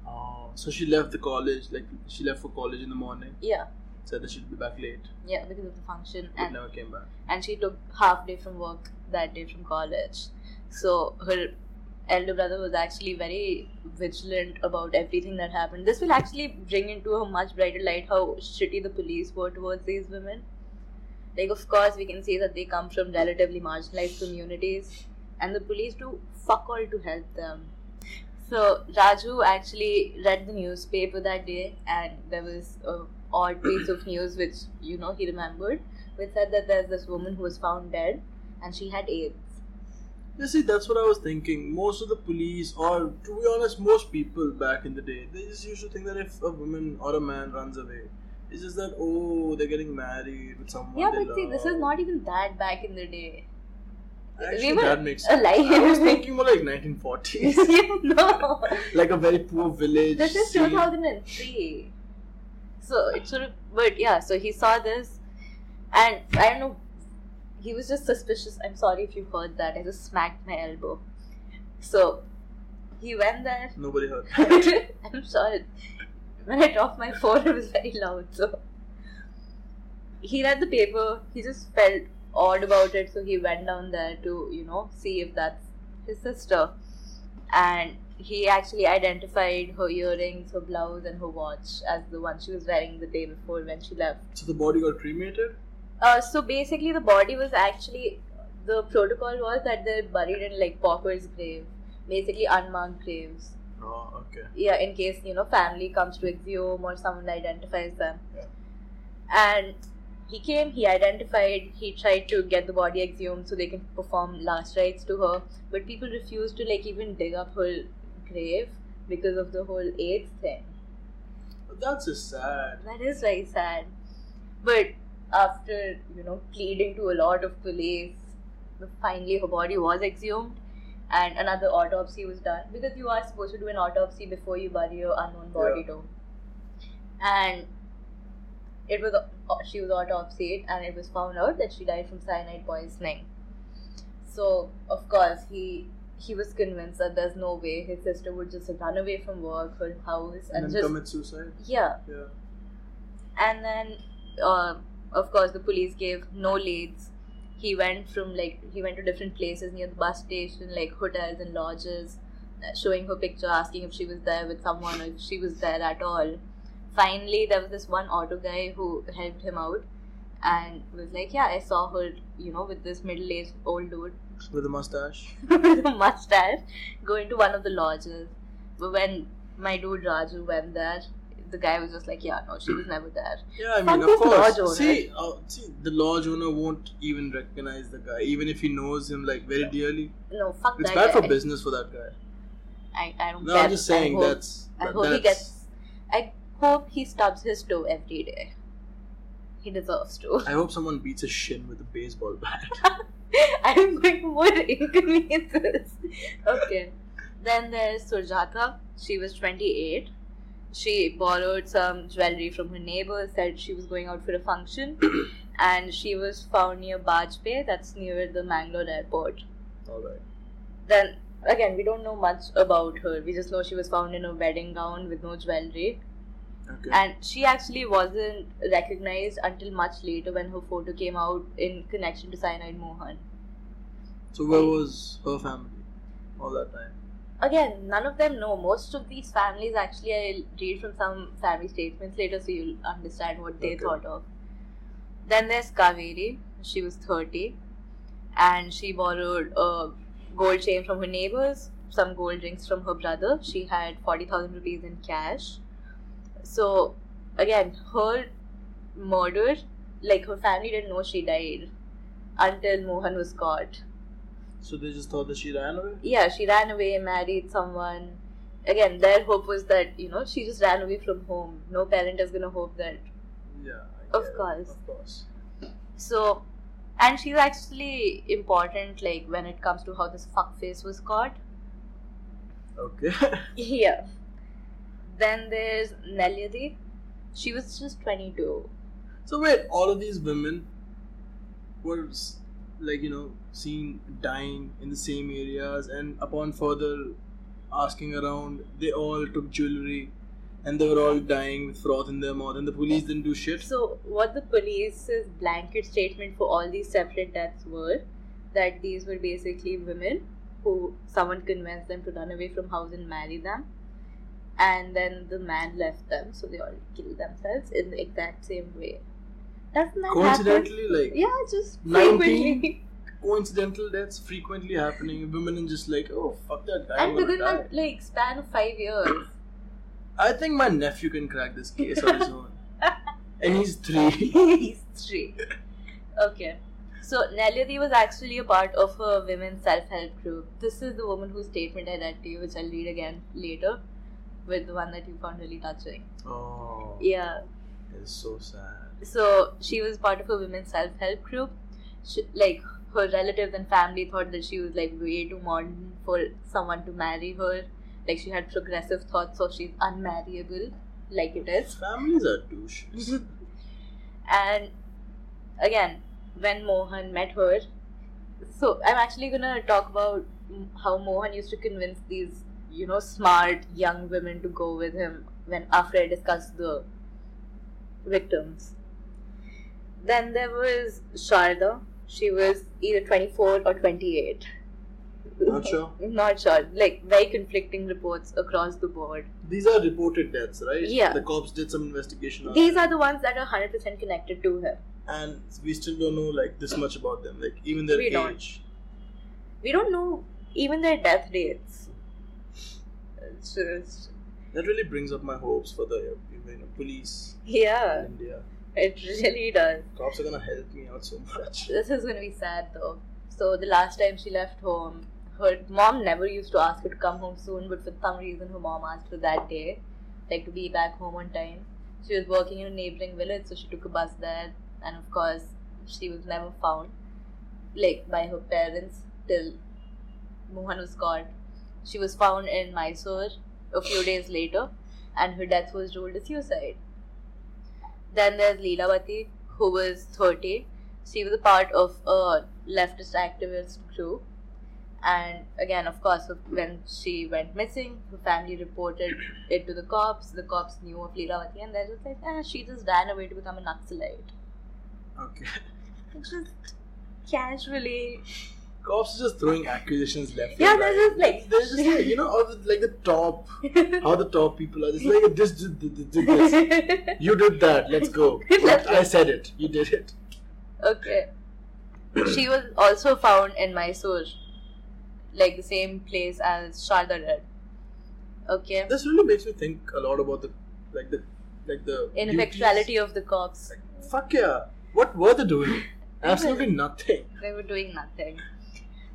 Speaker 1: Oh, so she left the college. Like she left for college in the morning.
Speaker 2: yeah
Speaker 1: said that she'd be back late.
Speaker 2: Yeah, because of the function,
Speaker 1: But
Speaker 2: and
Speaker 1: never came back.
Speaker 2: and she took half day from work that day from college. So her elder brother was actually very vigilant about everything that happened. This will actually bring into a much brighter light how shitty the police were towards these women. Like, of course, we can say that they come from relatively marginalized communities, and the police do fuck all to help them. So Raju actually read the newspaper that day, and there was a odd piece of news which you know he remembered, which said that there's this woman who was found dead, and she had AIDS.
Speaker 1: You see, that's what I was thinking. Most of the police, or to be honest, most people back in the day, they just used to think that if a woman or a man runs away, it's just that oh, they're getting married with someone.
Speaker 2: yeah,
Speaker 1: they
Speaker 2: but see, this
Speaker 1: love.
Speaker 2: is not even that back in the day.
Speaker 1: Actually,
Speaker 2: we were
Speaker 1: that makes sense.
Speaker 2: alive.
Speaker 1: I was thinking more like 1940s,
Speaker 2: you know,
Speaker 1: like a very poor village.
Speaker 2: this is
Speaker 1: scene.
Speaker 2: 2003. So it should have, but yeah. So he saw this, and I don't know. He was just suspicious. I'm sorry if you heard that. I just smacked my elbow. So he went there.
Speaker 1: Nobody heard.
Speaker 2: I'm sorry. When I dropped my phone, it was very loud. So he read the paper. He just felt odd about it, so he went down there to you know see if that's his sister. And he actually identified her earrings, her blouse, and her watch as the one she was wearing the day before when she left.
Speaker 1: So the body got cremated.
Speaker 2: Uh, so basically, the body was actually the protocol was that they're buried in like pauper's grave, basically unmarked graves
Speaker 1: Oh, okay.
Speaker 2: yeah in case you know family comes to exhume or someone identifies them
Speaker 1: Yeah.
Speaker 2: and he came he identified he tried to get the body exhumed so they can perform last rites to her but people refused to like even dig up her grave because of the whole AIDS thing
Speaker 1: But that's just sad.
Speaker 2: that is very sad but after you know pleading to a lot of police finally her body was exhumed and another autopsy was done because you are supposed to do an autopsy before you bury your unknown body too and it was she was autopsied and it was found out that she died from cyanide poisoning so of course he he was convinced that there's no way his sister would just run away from work her house
Speaker 1: And,
Speaker 2: and
Speaker 1: then
Speaker 2: just
Speaker 1: commit suicide.
Speaker 2: yeah
Speaker 1: Yeah.
Speaker 2: and then uh, of course the police gave no leads he went from like he went to different places near the bus station like hotels and lodges uh, showing her picture asking if she was there with someone or if she was there at all finally there was this one auto guy who helped him out and was like yeah i saw her you know with this middle-aged old dude
Speaker 1: With a mustache.
Speaker 2: with a mustache going to one of the lodges. But when my dude Raju went there, the guy was just like, yeah, no, she was never there.
Speaker 1: Yeah, I mean,
Speaker 2: Fuck
Speaker 1: of
Speaker 2: this
Speaker 1: course.
Speaker 2: lodge owner.
Speaker 1: See, uh, see, the lodge owner won't even recognize the guy, even if he knows him like very dearly.
Speaker 2: No, fuck
Speaker 1: It's
Speaker 2: that
Speaker 1: bad
Speaker 2: guy.
Speaker 1: for business for that guy.
Speaker 2: I, I don't
Speaker 1: No,
Speaker 2: care.
Speaker 1: I'm just saying
Speaker 2: I hope,
Speaker 1: that's.
Speaker 2: I
Speaker 1: that-
Speaker 2: hope he
Speaker 1: that's-
Speaker 2: gets. I hope he stubs his toe every day. He deserves to.
Speaker 1: I hope someone beats his shin with a baseball bat.
Speaker 2: I'm going more inconveniences. Okay. Then there's Surjata. She was 28. She borrowed some jewelry from her neighbor, said she was going out for a function, and she was found near Bajpay, that's near the Mangalore airport.
Speaker 1: Alright.
Speaker 2: Then, again, we don't know much about her. We just know she was found in a wedding gown with no jewelry.
Speaker 1: Okay.
Speaker 2: And she actually wasn't recognized until much later when her photo came out in connection to Cyanide Mohan.
Speaker 1: so, where was her family all that time?
Speaker 2: again, none of them know. Most of these families actually, I'll read from some family statements later so you'll understand what they
Speaker 1: Okay.
Speaker 2: thought of. Then there's Kaveri, she was 30, and she borrowed a gold chain from her neighbors, some gold rings from her brother. She had 40,000 rupees in cash. So, again, her murder, like her family didn't know she died until Mohan was caught
Speaker 1: So, they just thought that she ran away?
Speaker 2: yeah, she ran away, married someone. Again, their hope was that, you know, she just ran away from home. No parent is going to hope that.
Speaker 1: Yeah. I
Speaker 2: Of
Speaker 1: get it.
Speaker 2: course.
Speaker 1: Of course.
Speaker 2: So, and she's actually important, like, when it comes to how this fuckface was caught.
Speaker 1: Okay.
Speaker 2: Yeah. Then there's Nelyadi. She was just 22.
Speaker 1: so, wait, all of these women were s- like, you know, seen dying in the same areas, and upon further asking around, they all took jewelry. and they were all dying with froth in their mouth, and the police didn't do shit.
Speaker 2: So, what the police's blanket statement for all these separate deaths were that these were basically women who someone convinced them to run away from house and marry them, and then the man left them, so they all killed themselves in the exact same way. Doesn't that happen?
Speaker 1: Coincidentally, like
Speaker 2: Yeah, just
Speaker 1: 19
Speaker 2: frequently.
Speaker 1: coincidental deaths frequently happening. Women are just like, oh fuck that guy. I'm
Speaker 2: and
Speaker 1: gonna
Speaker 2: within
Speaker 1: die."
Speaker 2: that like span of five years.
Speaker 1: I think my nephew can crack this case on his own, and he's three.
Speaker 2: He's three. Okay. So Nellary was actually a part of a women's self-help group. This is the woman whose statement I read to you, which I'll read again later, with the one that you found really touching.
Speaker 1: Oh,
Speaker 2: Yeah.
Speaker 1: it's so sad.
Speaker 2: So she was part of a women's self-help group. She, like her relatives and family thought that she was like way too modern for someone to marry her. Like she had progressive thoughts, so she's unmarriable, like it is.
Speaker 1: Families are douches.
Speaker 2: and again when mohan met her so i'm actually gonna talk about mm, how mohan used to convince these you know smart young women to go with him when after i discussed the victims then there was sharda she was either 24 or 28
Speaker 1: Not sure.
Speaker 2: not sure like very conflicting reports across the board
Speaker 1: These are reported deaths, right?
Speaker 2: Yeah.
Speaker 1: The cops did some investigation on
Speaker 2: these are the ones that are 100% connected to him
Speaker 1: and we still don't know like this much about them, like even their
Speaker 2: We don't.
Speaker 1: age.
Speaker 2: we don't know even their death dates. It's just,
Speaker 1: That really brings up my hopes for the you know, police
Speaker 2: yeah,
Speaker 1: in India.
Speaker 2: it really does.
Speaker 1: Cops are gonna help me out so much.
Speaker 2: This is gonna be sad though. So the last time she left home, her mom never used to ask her to come home soon, but for some reason her mom asked her that day, like to be back home on time. She was working in a neighboring village, so she took a bus there, and of course she was never found, like by her parents till Mohan was caught. She was found in Mysore a few days later, and her death was ruled a suicide. Then there's Leelawati, who was 30. She was a part of a leftist activist group. And again, of course, when she went missing, her family reported it to the cops. The cops knew of Leelawati, and they're just like, eh, she just ran away to become a Naxalite.
Speaker 1: Okay.
Speaker 2: Just casually.
Speaker 1: Cops are just throwing accusations left.
Speaker 2: Yeah,
Speaker 1: and
Speaker 2: they're
Speaker 1: right.
Speaker 2: just like-
Speaker 1: they're just like you know, all the, like the top, how the top people are just like this did, did, did, did this. You did that. Let's go.
Speaker 2: Let's
Speaker 1: I said it. You did it.
Speaker 2: Okay. she was also found in Mysore, like the same place as Sharda did. Okay.
Speaker 1: This really makes me think a lot about the like the like the
Speaker 2: Ineffectuality of the cops.
Speaker 1: duties. Fuck yeah! What were they doing? Absolutely nothing.
Speaker 2: They were doing nothing.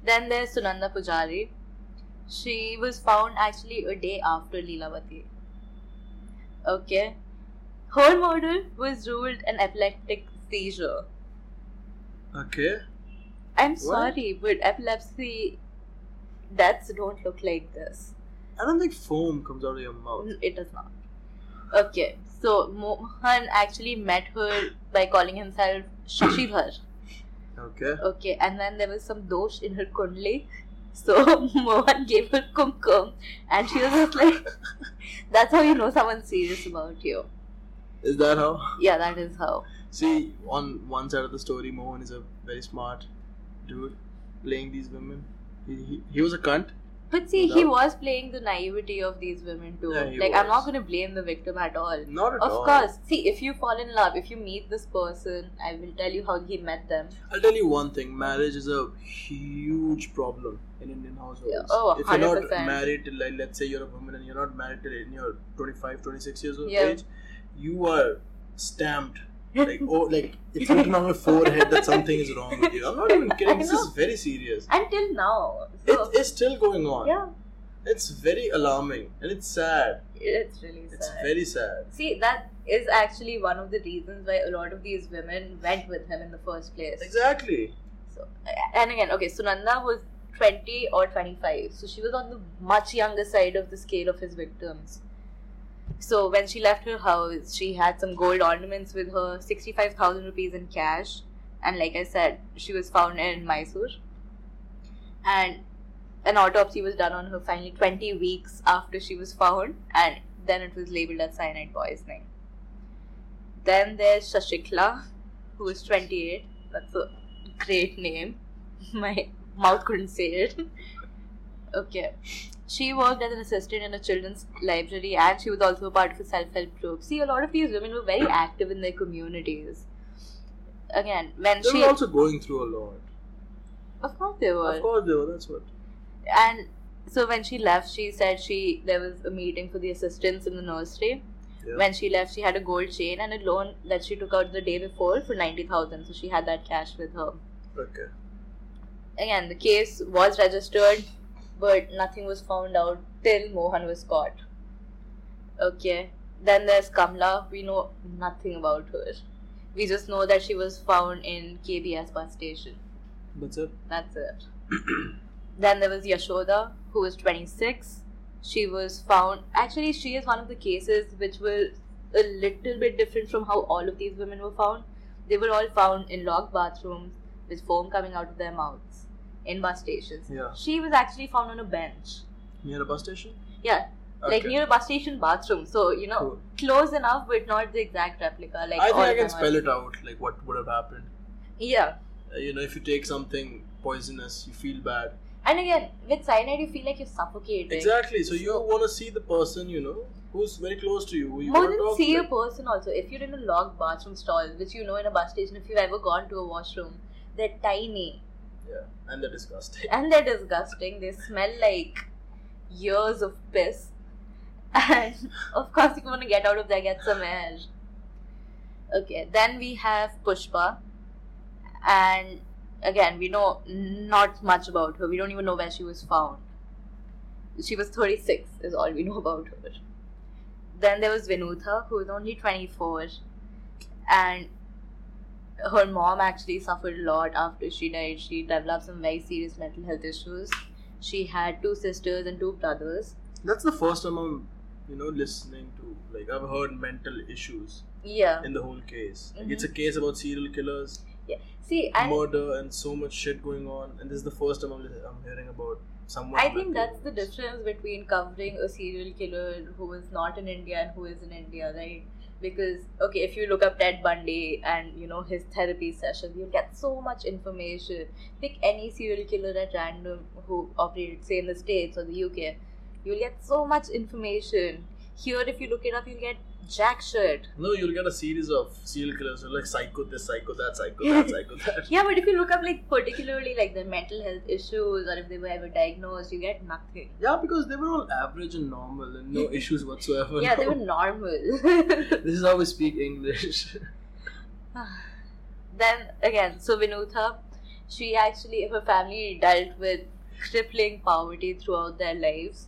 Speaker 2: Then there's Sunanda Pujari. She was found actually a day after Leelavati. Okay. Her murder was ruled an epileptic seizure.
Speaker 1: Okay.
Speaker 2: I'm
Speaker 1: What?
Speaker 2: sorry, but epilepsy deaths don't look like this.
Speaker 1: I don't think foam comes out of your mouth.
Speaker 2: N- It does not. Okay, so Mohan actually met her by calling himself Shashidhar.
Speaker 1: Okay.
Speaker 2: Okay, and then there was some dosh in her kundli. So Mohan gave her kumkum, and she was just like, "That's how you know someone's serious about you."
Speaker 1: Is that how?
Speaker 2: Yeah, that is how.
Speaker 1: See, on one side of the story, Mohan is a very smart dude playing these women. He, he, he was a cunt.
Speaker 2: But see, he
Speaker 1: No.
Speaker 2: was playing the naivety of these women too.
Speaker 1: Yeah, he
Speaker 2: like, I'm
Speaker 1: was.
Speaker 2: not gonna blame the victim at all.
Speaker 1: Not at
Speaker 2: Of
Speaker 1: all.
Speaker 2: course, see, if you fall in love, if you meet this person, I will tell you how he met them.
Speaker 1: I'll tell you one thing marriage is a huge problem in Indian households.
Speaker 2: Yeah, oh,
Speaker 1: if you're not
Speaker 2: 100%.
Speaker 1: married till, like, let's say you're a woman and you're not married till in your 25, 26 years of
Speaker 2: Yeah.
Speaker 1: age, you are stamped. Like, oh, like it's written on your forehead that something is wrong with you. I'm not even
Speaker 2: I
Speaker 1: kidding. This
Speaker 2: know.
Speaker 1: is very serious.
Speaker 2: Until now.
Speaker 1: It
Speaker 2: So,
Speaker 1: is still going on.
Speaker 2: yeah,
Speaker 1: It's very alarming and it's sad.
Speaker 2: it's really sad.
Speaker 1: It's very sad.
Speaker 2: See, that is actually one of the reasons why a lot of these women went with him in the first place.
Speaker 1: Exactly.
Speaker 2: So, and again, okay, Sunanda was 20 or 25, so she was on the much younger side of the scale of his victims. So, when she left her house, she had some gold ornaments with her, 65,000 rupees in cash, and like I said, she was found in Mysore. And an autopsy was done on her finally 20 weeks after she was found, and Then it was labeled as cyanide poisoning. Then there's Shashikla, who is 28. That's a great name. My mouth couldn't say it. okay. She worked as an assistant in a children's library and she was also a part of a self help group. See, a lot of these women were very active in their communities. Again, when
Speaker 1: They
Speaker 2: she.
Speaker 1: were also going through a lot.
Speaker 2: of course they were.
Speaker 1: Of course, they were. That's what.
Speaker 2: And so when she left, she said she there was a meeting for the assistants in the nursery.
Speaker 1: Yeah.
Speaker 2: When she left, she had a gold chain and a loan that she took out the day before for ninety thousand. So she had that cash with her.
Speaker 1: Okay.
Speaker 2: Again, the case was registered, but nothing was found out till Mohan was caught. Okay. Then there's Kamla. We know nothing about her. We just know that she was found in KBS bus station.
Speaker 1: That's it.
Speaker 2: That's it. then there was Yashoda, who was 26. She was found. Actually, she is one of the cases which were a little bit different from how all of these women were found. They were all found in locked bathrooms with foam coming out of their mouths in bus stations.
Speaker 1: Yeah.
Speaker 2: She was actually found on a bench.
Speaker 1: Near a bus station?
Speaker 2: Yeah,
Speaker 1: Okay.
Speaker 2: like near a bus station bathroom. So, you know,
Speaker 1: Cool.
Speaker 2: close enough, but not the exact replica. Like
Speaker 1: I
Speaker 2: all
Speaker 1: think I
Speaker 2: of
Speaker 1: can
Speaker 2: them are-
Speaker 1: spell it out, like what would have happened.
Speaker 2: Yeah.
Speaker 1: Uh, you know, if you take something poisonous, you feel bad.
Speaker 2: And again, with cyanide, you feel like you're suffocating.
Speaker 1: Exactly. So you want to see the person, you know, who's very close to you. Who you
Speaker 2: More
Speaker 1: wanna
Speaker 2: than
Speaker 1: talk
Speaker 2: see
Speaker 1: to.
Speaker 2: a person also. If you're in a locked bathroom stall, which you know in a bus station, if you've ever gone to a washroom, they're tiny
Speaker 1: Yeah, and they're disgusting.
Speaker 2: and they're disgusting. They smell like years of piss. And of course, you want to get out of there, get some air. Okay, then we have Pushpa. And again, we know not much about her. We don't even know where she was found. She was 36, is all we know about her. Then there was Vinutha, who was only 24. And her mom actually suffered a lot after she died. She developed some very serious mental health issues. She had two sisters and two brothers.
Speaker 1: That's the first time I'm, you know, listening to. Like, I've heard mental issues
Speaker 2: Yeah.
Speaker 1: in the whole case. Like,
Speaker 2: Mhm.
Speaker 1: It's a case about serial killers,
Speaker 2: See, and
Speaker 1: murder, and so much shit going on. And this is the first time I'm, li- I'm hearing about someone.
Speaker 2: I think
Speaker 1: mental
Speaker 2: that's the
Speaker 1: illness.
Speaker 2: difference between covering a serial killer who is not in India and who is in India, right? Because okay, if you look up Ted Bundy and you know his therapy sessions, you'll get so much information. Pick any serial killer at random who operated, say in the States or the UK, you'll get so much information. Here, if you look it up, you'll get jack shit.
Speaker 1: No, you'll get a series of serial killers. You're like psycho this, psycho that, psycho that, psycho that.
Speaker 2: Yeah, but if you look up like particularly like their mental health issues or if they were ever diagnosed, you get nothing.
Speaker 1: Yeah, because they were all average and normal and no issues whatsoever.
Speaker 2: Yeah, they were normal.
Speaker 1: This is how we speak English.
Speaker 2: then again, so Vinutha, she actually, her family dealt with crippling poverty throughout their lives.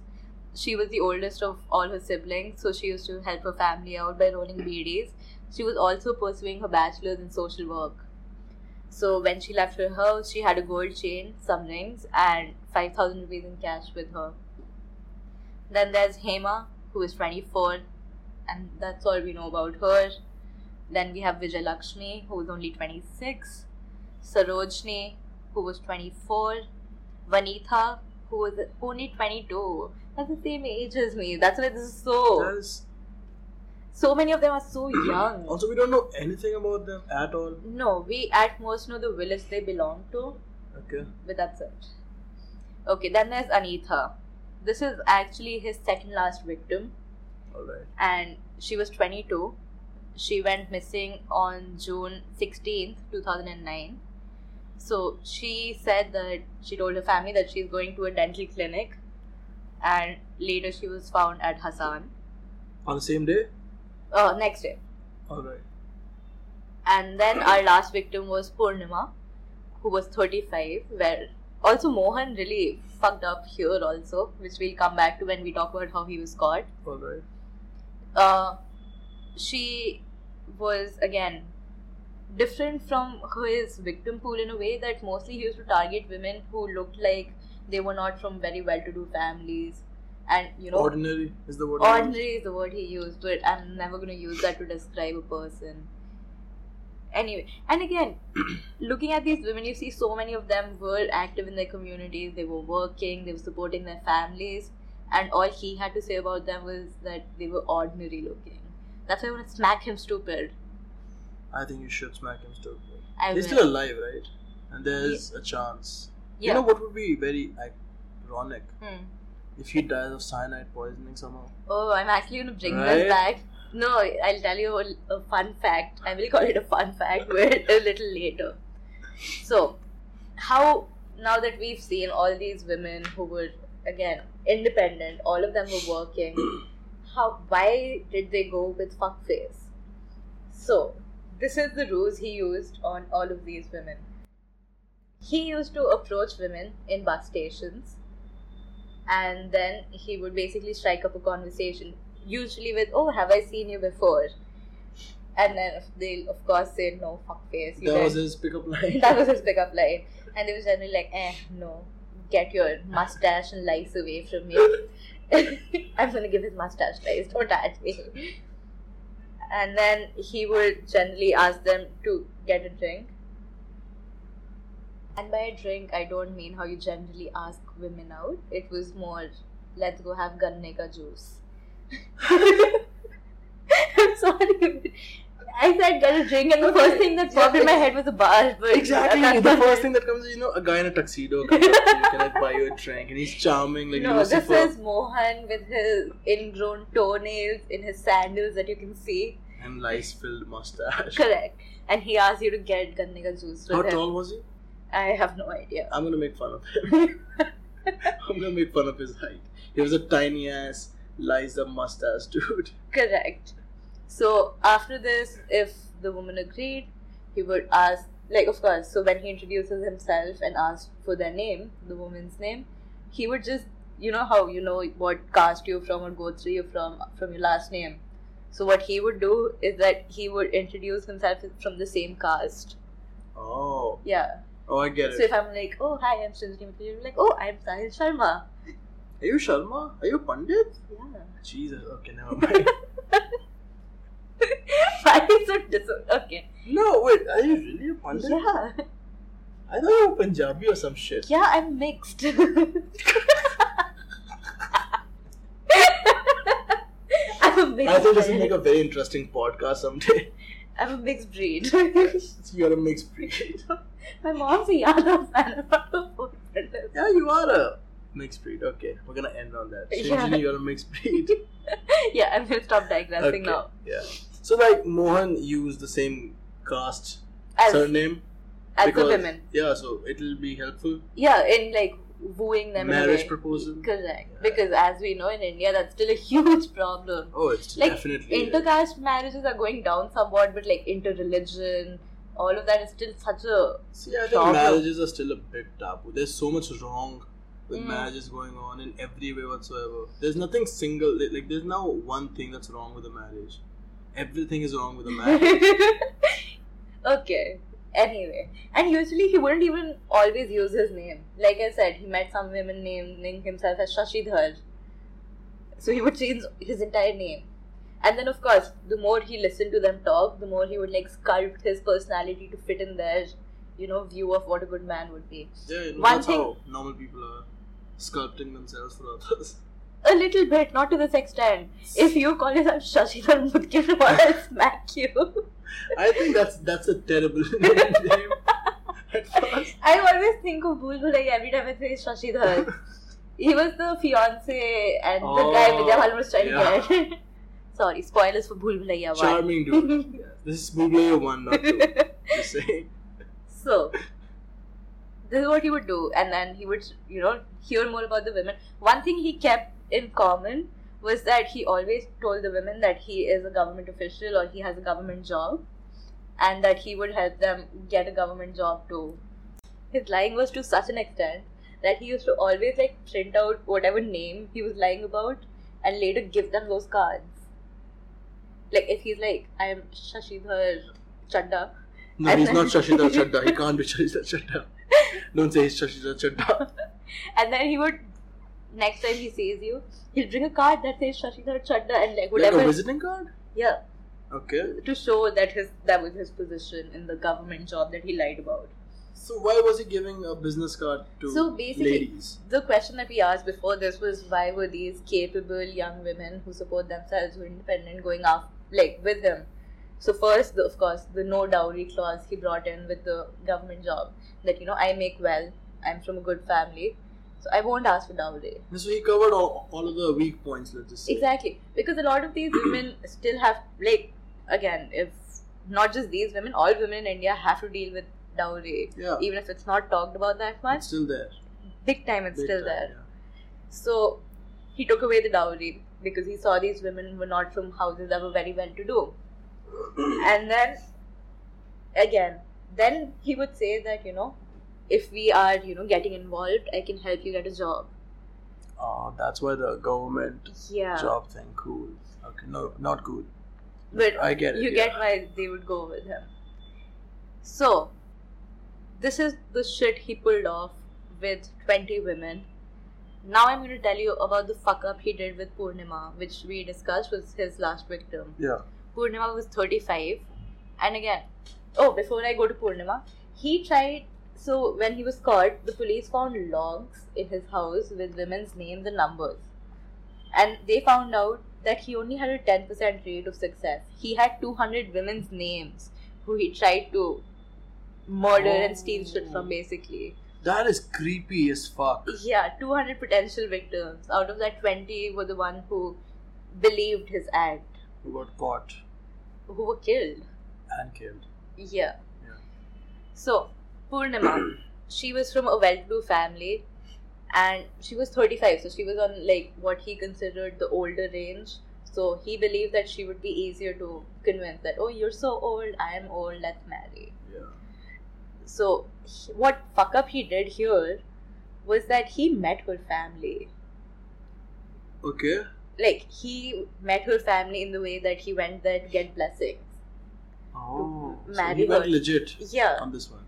Speaker 2: She was the oldest of all her siblings, so she used to help her family out by rolling BDs. She was also pursuing her bachelor's in social work. So when she left her house, she had a gold chain, some rings, and 5,000 rupees in cash with her. Then there's Hema, who is 24, and that's all we know about her. Then we have Vijay Lakshmi, who was only 26, Sarojini, who was 24, Vanitha, who was only 22. That's the same age as me. That's why this is so.
Speaker 1: Yes.
Speaker 2: So many of them are so young.
Speaker 1: Also, we don't know anything about them at all.
Speaker 2: No, we at most know the village they belong to,
Speaker 1: Okay.
Speaker 2: but that's it. Okay, then there's Anitha. This is actually his second last victim,
Speaker 1: Alright.
Speaker 2: and she was 22. She went missing on June 16th, 2009. So she said that she told her family that she's going to a dental clinic, and later she was found at Hassan.
Speaker 1: On the same day?
Speaker 2: Uh, next day.
Speaker 1: Alright.
Speaker 2: And then our last victim was Purnima, who was 35. Where also Mohan really fucked up here also, which we'll come back to when we talk about how he was caught.
Speaker 1: Alright.
Speaker 2: Uh, she was again different from his victim pool in a way that mostly he used to target women who looked like they were not from very well-to-do families, and you know,
Speaker 1: Ordinary is the word. I use.
Speaker 2: Ordinary is the word he used, but I'm never going to use that to describe a person. Anyway, and again, looking at these women, you see so many of them were active in their communities, they were working, they were supporting their families, and all he had to say about them was that they were ordinary looking. That's why I want to smack him stupid.
Speaker 1: I think you should smack him still.
Speaker 2: I
Speaker 1: He's
Speaker 2: will.
Speaker 1: still alive, right? And there's a chance.
Speaker 2: yeah.
Speaker 1: You know what would be very ironic
Speaker 2: Hmm.
Speaker 1: if he dies of cyanide poisoning somehow.
Speaker 2: Oh, I'm actually gonna bring
Speaker 1: Right?
Speaker 2: this back. No, I'll tell you a, a fun fact. I will call it a fun fact, but a little later. So, how now that we've seen all these women who were again independent, all of them were working. How? Why did they go with fuckface? So, this is the ruse he used on all of these women. He used to approach women in bus stations and then he would basically strike up a conversation, usually with, "Oh, have I seen you before?" And then if they, of course, say, "No, fuck face." You
Speaker 1: That was
Speaker 2: guys-
Speaker 1: his pickup line.
Speaker 2: that was his pickup line, and they were generally like, "Eh, no, get your mustache and lice away from me." I'm gonna give his mustache lice. Don't at me. And then he would generally ask them to get a drink. And by a drink, I don't mean how you generally ask women out. It was more, let's go have ganne ka juice. I'm sorry. I said get a drink, and the first thing that popped in my head was a bar. But
Speaker 1: Exactly.
Speaker 2: that's
Speaker 1: The
Speaker 2: not-
Speaker 1: first thing that comes is, you know, a guy in a tuxedo comes up to you, can I buy you a drink? And he's charming, like
Speaker 2: no,
Speaker 1: Lucifer.
Speaker 2: this is Mohan with his ingrown toenails in his sandals that you can see.
Speaker 1: And lice filled mustache.
Speaker 2: Correct. And he asked you to get ganne ka juice
Speaker 1: How
Speaker 2: with him.
Speaker 1: tall was he?
Speaker 2: I have no idea.
Speaker 1: I'm gonna make fun of him. I'm gonna make fun of his height. He was a tiny ass, lies up mustache dude.
Speaker 2: Correct. So after this, if the woman agreed, he would ask, like, of course, so when he introduces himself and asks for their name, the woman's name, he would just, you know, how you know what caste you're from or gotra you're from, from your last name. So what he would do is that he would introduce himself from the same caste.
Speaker 1: Oh.
Speaker 2: Yeah.
Speaker 1: Oh, I get
Speaker 2: So
Speaker 1: it.
Speaker 2: if I'm like, oh, hi, I'm Sanjay you're like, oh, I'm Sahil Sharma.
Speaker 1: Are you Sharma? Are you Pandit?
Speaker 2: Yeah.
Speaker 1: Jesus. Okay, never mind.
Speaker 2: Why is so dis- Okay.
Speaker 1: no, wait. Are you really a Pandit?
Speaker 2: Yeah.
Speaker 1: I thought you were Punjabi or some shit.
Speaker 2: Yeah, I'm mixed. I'm a
Speaker 1: I
Speaker 2: mixed
Speaker 1: thought this would make
Speaker 2: breed.
Speaker 1: a very interesting podcast someday.
Speaker 2: I'm a mixed breed.
Speaker 1: You're a mixed breed.
Speaker 2: My mom's a Yadav fan. I'm not a full Pandit.
Speaker 1: Yeah, you are a mixed breed. Okay, we're gonna end on that.
Speaker 2: Yeah.
Speaker 1: Shinjini, you're a mixed breed.
Speaker 2: Yeah, I'm gonna stop digressing
Speaker 1: Okay,
Speaker 2: now.
Speaker 1: Yeah. So like Mohan used the same caste
Speaker 2: As,
Speaker 1: surname
Speaker 2: as the
Speaker 1: because-
Speaker 2: women.
Speaker 1: Yeah, so it'll be helpful.
Speaker 2: Yeah, in like wooing them. in a
Speaker 1: Marriage
Speaker 2: way.
Speaker 1: proposal.
Speaker 2: Correct.
Speaker 1: Yeah.
Speaker 2: Because as we know in India, that's still a huge problem.
Speaker 1: Oh, it's
Speaker 2: Like,
Speaker 1: definitely
Speaker 2: Intercaste marriages are going down somewhat, but like interreligion, all of that is still such a
Speaker 1: See, I think
Speaker 2: problem.
Speaker 1: marriages are still a big taboo. There's so much wrong with
Speaker 2: Mm.
Speaker 1: marriages going on in every way whatsoever. There's nothing single. Like, like, there's now one thing that's wrong with a marriage. Everything is wrong with a marriage.
Speaker 2: okay. Anyway, and usually he wouldn't even always use his name. Like I said, he met some women naming himself as Shashidhar. So he would change his entire name. And then, of course, the more he listened to them talk, the more he would like sculpt his personality to fit in their, you know, view of what a good man would be.
Speaker 1: yeah, you know,
Speaker 2: One
Speaker 1: that's
Speaker 2: thing-
Speaker 1: how normal people are sculpting themselves for others.
Speaker 2: A little bit, not to this extent. If you call yourself Shashidhar Mudgil, I'll smack you.
Speaker 1: I think that's that's a terrible name. At first.
Speaker 2: I always think of Bhul Bhulaiya every time I say Shashidhar. he was the fiance and the guy
Speaker 1: Oh,
Speaker 2: Vidya Balan was trying
Speaker 1: yeah.
Speaker 2: to get. Sorry, spoilers for Bhul Bhulaiya one.
Speaker 1: Charming dude. Yeah, this is Bugler one, not two. Just saying.
Speaker 2: so, this is what he would do, and then he would, you know, hear more about the women. One thing he kept in common was that he always told the women that he is a government official or he has a government job, and that he would help them get a government job too. His lying was to such an extent that he used to always like print out whatever name he was lying about and later give them those cards. Like if he's like, I am Shashidhar Chadda,
Speaker 1: No,
Speaker 2: And
Speaker 1: he's
Speaker 2: then-
Speaker 1: not Shashidhar Chadda. He can't be Shashidhar Chadda. Don't say he's Shashidhar Chadda.
Speaker 2: And then he would, next time he sees you, he'll bring a card that says Shashidhar Chadda and like
Speaker 1: Like
Speaker 2: whatever.
Speaker 1: a visiting card?
Speaker 2: yeah,
Speaker 1: Okay.
Speaker 2: to show that his that was his position in the government job that he lied about.
Speaker 1: So why was he giving a business card to
Speaker 2: So basically-
Speaker 1: ladies?
Speaker 2: The question that we asked before this was why were these capable young women who support themselves, who are independent, going off like with him? So first, the, of course, the no dowry clause he brought in with the government job that you know I make well, I'm from a good family, so I won't ask for dowry.
Speaker 1: And so he covered all, all of the weak points. Let's just say.
Speaker 2: Exactly, because a lot of these women still have like again, if not just these women, all women in India have to deal with dowry,
Speaker 1: Yeah,
Speaker 2: even if it's not talked about that much.
Speaker 1: it's still there.
Speaker 2: Big time, it's
Speaker 1: Big
Speaker 2: still
Speaker 1: time,
Speaker 2: there.
Speaker 1: yeah.
Speaker 2: So he took away the dowry because he saw these women were not from houses that were very well to do. And then again, then he would say that, you know, if we are, you know, getting involved, I can help you get a job.
Speaker 1: Oh, that's why the government
Speaker 2: Yeah.
Speaker 1: job thing cool. Okay, no, not cool.
Speaker 2: But
Speaker 1: I get it.
Speaker 2: you
Speaker 1: yeah.
Speaker 2: get why they would go with him. So this is the shit he pulled off with twenty women. Now I'm gonna tell you about the fuck up he did with Purnima, which we discussed was his last victim.
Speaker 1: Yeah.
Speaker 2: Purnima was 35. And again, oh, before I go to Purnima, he tried. So when he was caught, the police found logs in his house with women's names and numbers. And they found out that he only had a 10% rate of success. He had 200 women's names who he tried to murder and steal shit from,
Speaker 1: Oh.
Speaker 2: basically.
Speaker 1: That is creepy as fuck.
Speaker 2: Yeah, 200 potential victims. Out of that, 20 were the one who believed his act,
Speaker 1: Who got caught
Speaker 2: who were killed.
Speaker 1: and killed.
Speaker 2: Yeah.
Speaker 1: Yeah.
Speaker 2: So, Purnima, she was from a well to do family and she was 35, so she was on like what he considered the older range. So, he believed that she would be easier to convince that, oh, you're so old, I'm old, let's marry.
Speaker 1: Yeah.
Speaker 2: So, he- what fuck up he did here was that he met her family.
Speaker 1: Okay.
Speaker 2: Like, he met her family in the way that he went there to get blessings.
Speaker 1: Oh. So
Speaker 2: marry
Speaker 1: he went
Speaker 2: her.
Speaker 1: legit
Speaker 2: Yeah.
Speaker 1: on this one.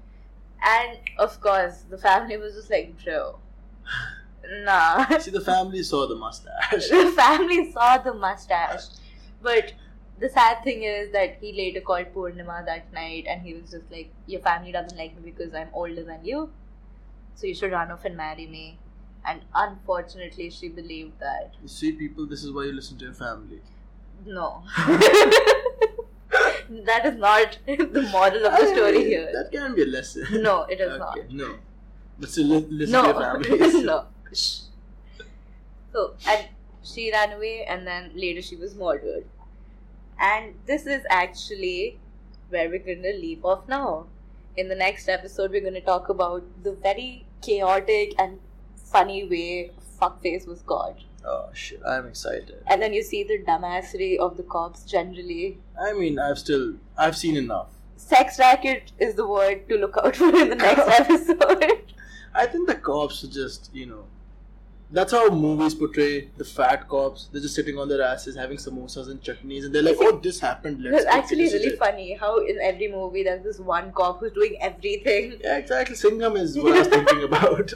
Speaker 2: And of course, the family was just like, bro, nah.
Speaker 1: See, the family saw the mustache.
Speaker 2: the family saw the mustache. But the sad thing is that he later called Purnima that night and he was just like, Your family doesn't like me because I'm older than you. So you should run off and marry me. And unfortunately, she believed that.
Speaker 1: you see, people, this is why you listen to your family.
Speaker 2: No. that is not the moral of the story
Speaker 1: Hey,
Speaker 2: here.
Speaker 1: That can be a lesson.
Speaker 2: No, it is
Speaker 1: Okay,
Speaker 2: not.
Speaker 1: No. But still, li- listen to your
Speaker 2: no,
Speaker 1: family.
Speaker 2: no. Shh. So and she ran away, and then later she was murdered. And this is actually where we're going to leave off now. In the next episode, we're going to talk about the very chaotic and funny way fuckface was caught,
Speaker 1: Oh, shit. I'm excited.
Speaker 2: and then you see the dumbassery of the cops generally.
Speaker 1: I mean, I've still, I've seen enough.
Speaker 2: Sex racket is the word to look out for in the next episode.
Speaker 1: I think the cops are just, you know, that's how movies portray the fat cops. They're just sitting on their asses having samosas and chutneys, and they're like, "Oh, this happened." Let's
Speaker 2: It's
Speaker 1: cook it,
Speaker 2: actually
Speaker 1: this is
Speaker 2: really
Speaker 1: it."
Speaker 2: funny how in every movie there's this one cop who's doing everything.
Speaker 1: Yeah, exactly. Singham is what I was thinking about.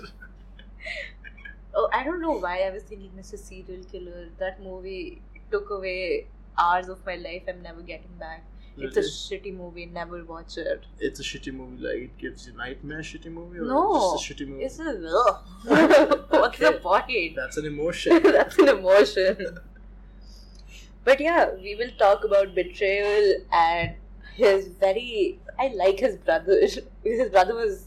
Speaker 2: Oh, I don't know why I was thinking Mr. Serial Killer. That movie took away hours of my life. I'm never getting back. It's a
Speaker 1: Really? Hmm.
Speaker 2: shitty movie. Never watch it.
Speaker 1: it's a shitty movie. Like it gives you nightmare. Shitty movie or
Speaker 2: No,
Speaker 1: just a shitty movie.
Speaker 2: It's a ugh. What's the
Speaker 1: Okay.
Speaker 2: point?
Speaker 1: That's an emotion.
Speaker 2: That's an emotion. But yeah, we will talk about betrayal and his very. I like his brother. His brother was,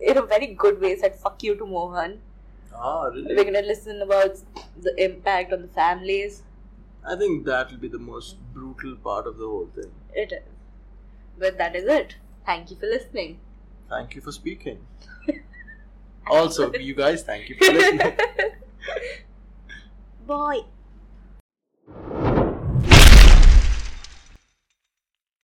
Speaker 2: in a very good way, said "fuck you" to Mohan.
Speaker 1: ah,
Speaker 2: We're
Speaker 1: really?
Speaker 2: gonna listen about the impact on the families.
Speaker 1: I think that will be the most brutal part of the whole thing.
Speaker 2: It is. But that is it. Thank you for listening.
Speaker 1: Thank you for speaking. also, you guys, thank you for listening.
Speaker 2: Bye.